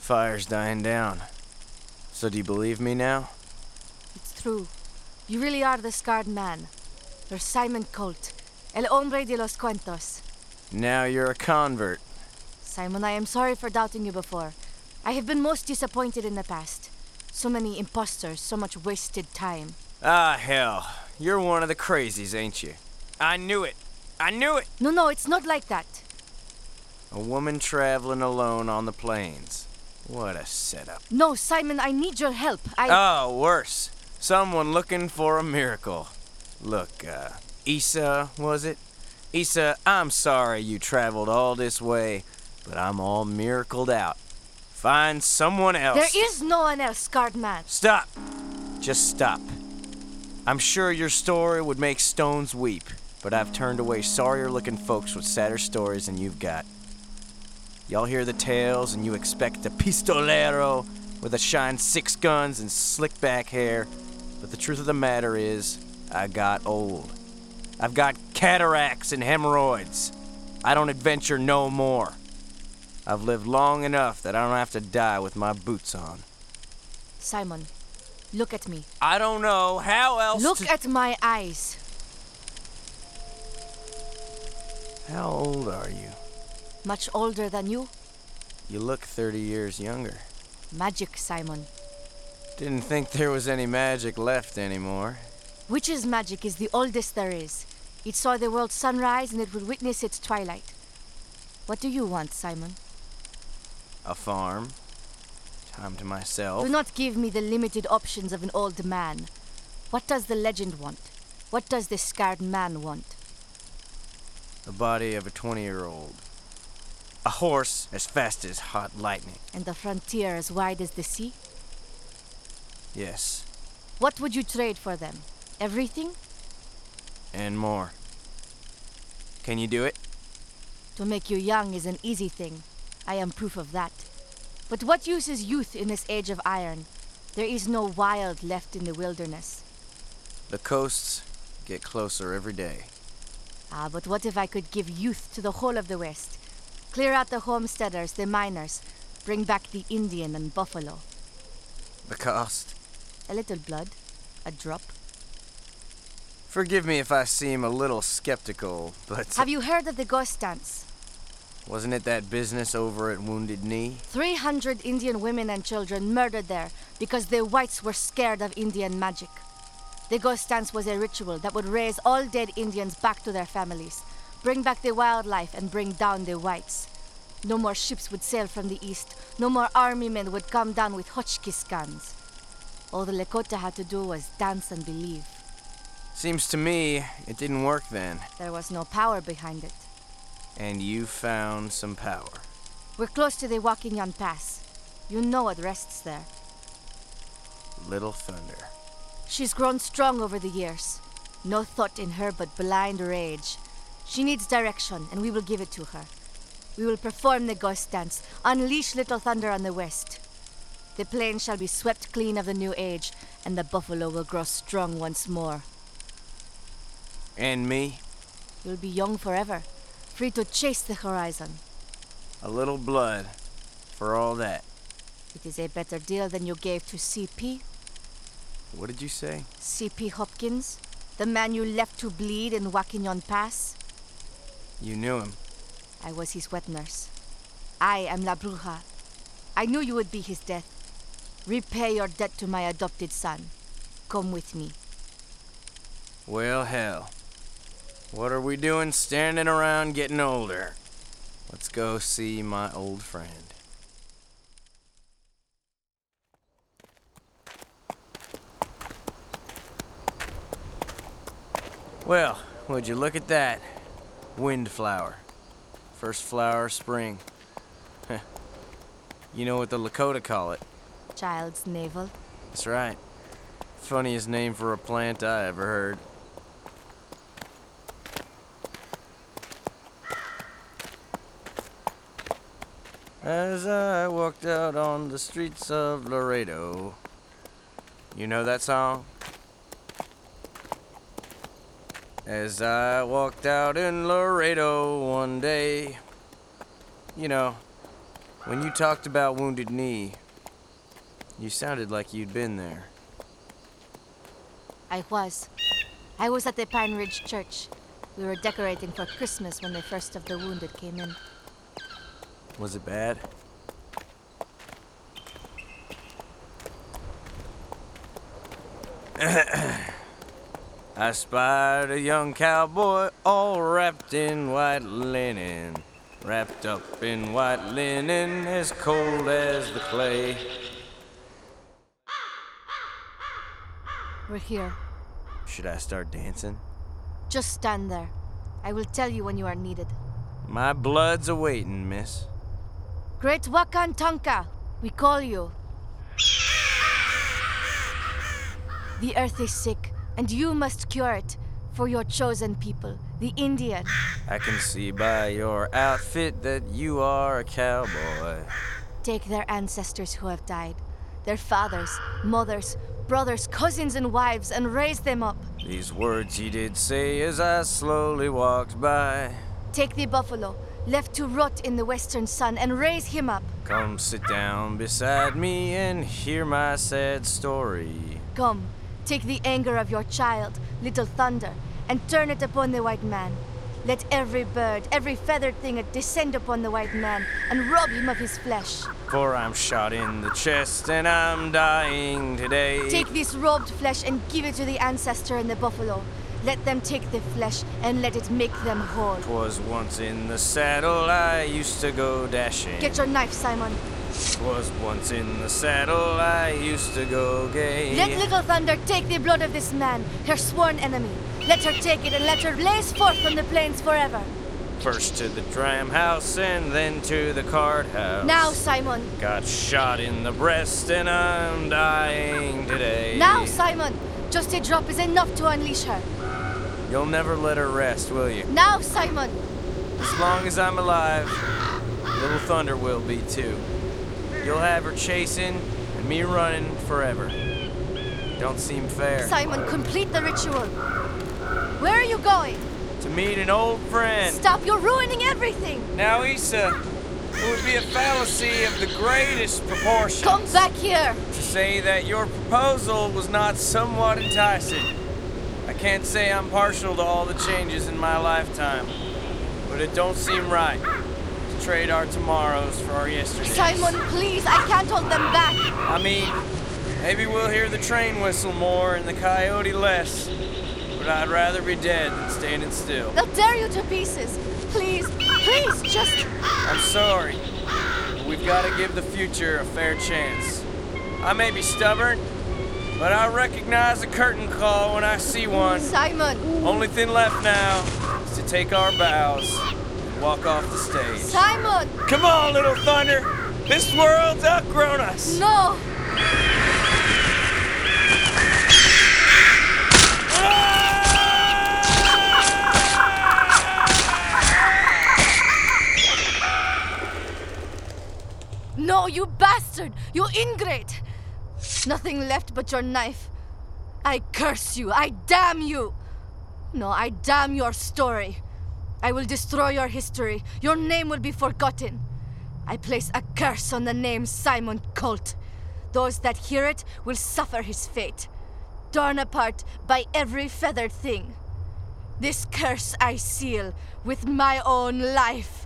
Fire's dying down. So do you believe me now? It's true. You really are the scarred man. You're Simon Colt, el hombre de los cuentos. Now you're a convert. Simon, I am sorry for doubting you before. I have been most disappointed in the past. So many imposters, so much wasted time. Ah, hell. You're one of the crazies, ain't you? I knew it. I knew it. No, no, it's not like that. A woman traveling alone on the plains. What a setup. No, Simon, I need your help. I. Oh, worse. Someone looking for a miracle. Look, uh, Issa, was it? Issa, I'm sorry you traveled all this way, but I'm all miracled out. Find someone else. there is no one else, scarred man. Stop! Just stop. I'm sure your story would make stones weep, but I've turned away sorrier looking folks with sadder stories than you've got. Y'all hear the tales and you expect a pistolero with a shine six guns and slick back hair, but the truth of the matter is, I got old. I've got cataracts and hemorrhoids. I don't adventure no more. I've lived long enough that I don't have to die with my boots on. Simon, look at me. I don't know how else. Look to- at my eyes. How old are you? Much older than you. You look 30 years younger. Magic, Simon. Didn't think there was any magic left anymore. Witch's magic is the oldest there is. It saw the world sunrise and it would witness its twilight. What do you want, Simon? A farm. Time to myself. Do not give me the limited options of an old man. What does the legend want? What does the scarred man want? The body of a 20 year old. A horse as fast as hot lightning. And the frontier as wide as the sea? Yes, What would you trade for them? Everything? and more. Can you do it? To make you young is an easy thing. I am proof of that. But what use is youth in this age of iron? There is no wild left in the wilderness. The coasts get closer every day. Ah, but what if I could give youth to the whole of the West? Clear out the homesteaders, the miners, bring back the Indian and buffalo. The cost? A little blood, a drop. Forgive me if I seem a little skeptical, but Have you heard of the ghost dance? wasn't it that business over at Wounded Knee? 300 Indian women and children murdered there because the whites were scared of Indian magic. The ghost dance was a ritual that would raise all dead Indians back to their families, bring back the wildlife, and bring down the whites. No more ships would sail from the east, no more army men would come down with Hotchkiss guns. All the Lakota had to do was dance and believe. Seems to me it didn't work then. There was no power behind it. And you found some power. We're close to the Wakinyan Pass. You know what rests there. Little Thunder. She's grown strong over the years. No thought in her but blind rage. She needs direction, and we will give it to her. We will perform the ghost dance, unleash Little Thunder on the west. The plain shall be swept clean of the new age, and the buffalo will grow strong once more. And me, You'll be young forever, free to chase the horizon. a little blood for all that. It is a better deal than you gave to CP, What did you say? CP Hopkins, the man you left to bleed in Wakinyon Pass. You knew him. I was his wet nurse. I am La Bruja. I knew you would be his death. Repay your debt to my adopted son. Come with me. Well, hell. What are we doing standing around getting older? Let's go see my old friend. Well, would you look at that? Windflower. First flower of spring. Heh. you know what the Lakota call it. Child's navel. That's right. Funniest name for a plant I ever heard. As I walked out on the streets of Laredo. You know that song? As I walked out in Laredo one day. You know, When you talked about Wounded Knee, you sounded like you'd been there. I was. I was at the Pine Ridge Church. We were decorating for Christmas when the first of the wounded came in. Was it bad? I spied a young cowboy all wrapped in white linen. Wrapped up in white linen, as cold as the clay. We're here. Should I start dancing? Just stand there. I will tell you when you are needed. My blood's a waiting, miss. Great Wakan Tonka, we call you. The earth is sick, and you must cure it for your chosen people, the Indian. I can see by your outfit that you are a cowboy. Take their ancestors who have died, their fathers, mothers, brothers, cousins, and wives, and raise them up. These words he did say as I slowly walked by. Take the buffalo, left to rot in the western sun, and raise him up. Come sit down beside me and hear my sad story. Come, take the anger of your child, little thunder, and turn it upon the white man. Let every bird, every feathered thing descend upon the white man and rob him of his flesh. For I'm shot in the chest and I'm dying today. Take this robbed flesh and give it to the ancestor and the buffalo. Let them take the flesh and let it make them whole. Twas once in the saddle I used to go dashing. Get your knife, Simon. Twas once in the saddle I used to go gay. Let Little Thunder take the blood of this man, her sworn enemy. Let her take it and let her blaze forth on the plains forever. First to the dram house and then to the card house. Now, Simon. Got shot in the breast and I'm dying today. Now, Simon. Just a drop is enough to unleash her. You'll never let her rest, will you? Now, Simon. As long as I'm alive, Little Thunder will be too. You'll have her chasing and me running forever. Don't seem fair. Simon, complete the ritual. Where are you going? to meet an old friend. Stop, you're ruining everything. Now, Issa, it would be a fallacy of the greatest proportions Come back here. to say that your proposal was not somewhat enticing. I can't say I'm partial to all the changes in my lifetime, but it don't seem right to trade our tomorrows for our yesterdays. Simon, please, I can't hold them back. I mean, maybe we'll hear the train whistle more and the coyote less, but I'd rather be dead than standing still. They'll tear you to pieces. Please, please, just. I'm sorry. but We've got to give the future a fair chance. I may be stubborn, but I recognize a curtain call when I see one. Simon, Only thing left now is to take our bows and walk off the stage. Simon, Come on, little thunder! This world's outgrown us! no. No, you bastard! You ingrate! Nothing left but your knife. I curse you! I damn you! No, I damn your story. I will destroy your history. Your name will be forgotten. I place a curse on the name Simon Colt. Those that hear it will suffer his fate, torn apart by every feathered thing. This curse I seal with my own life. Ah!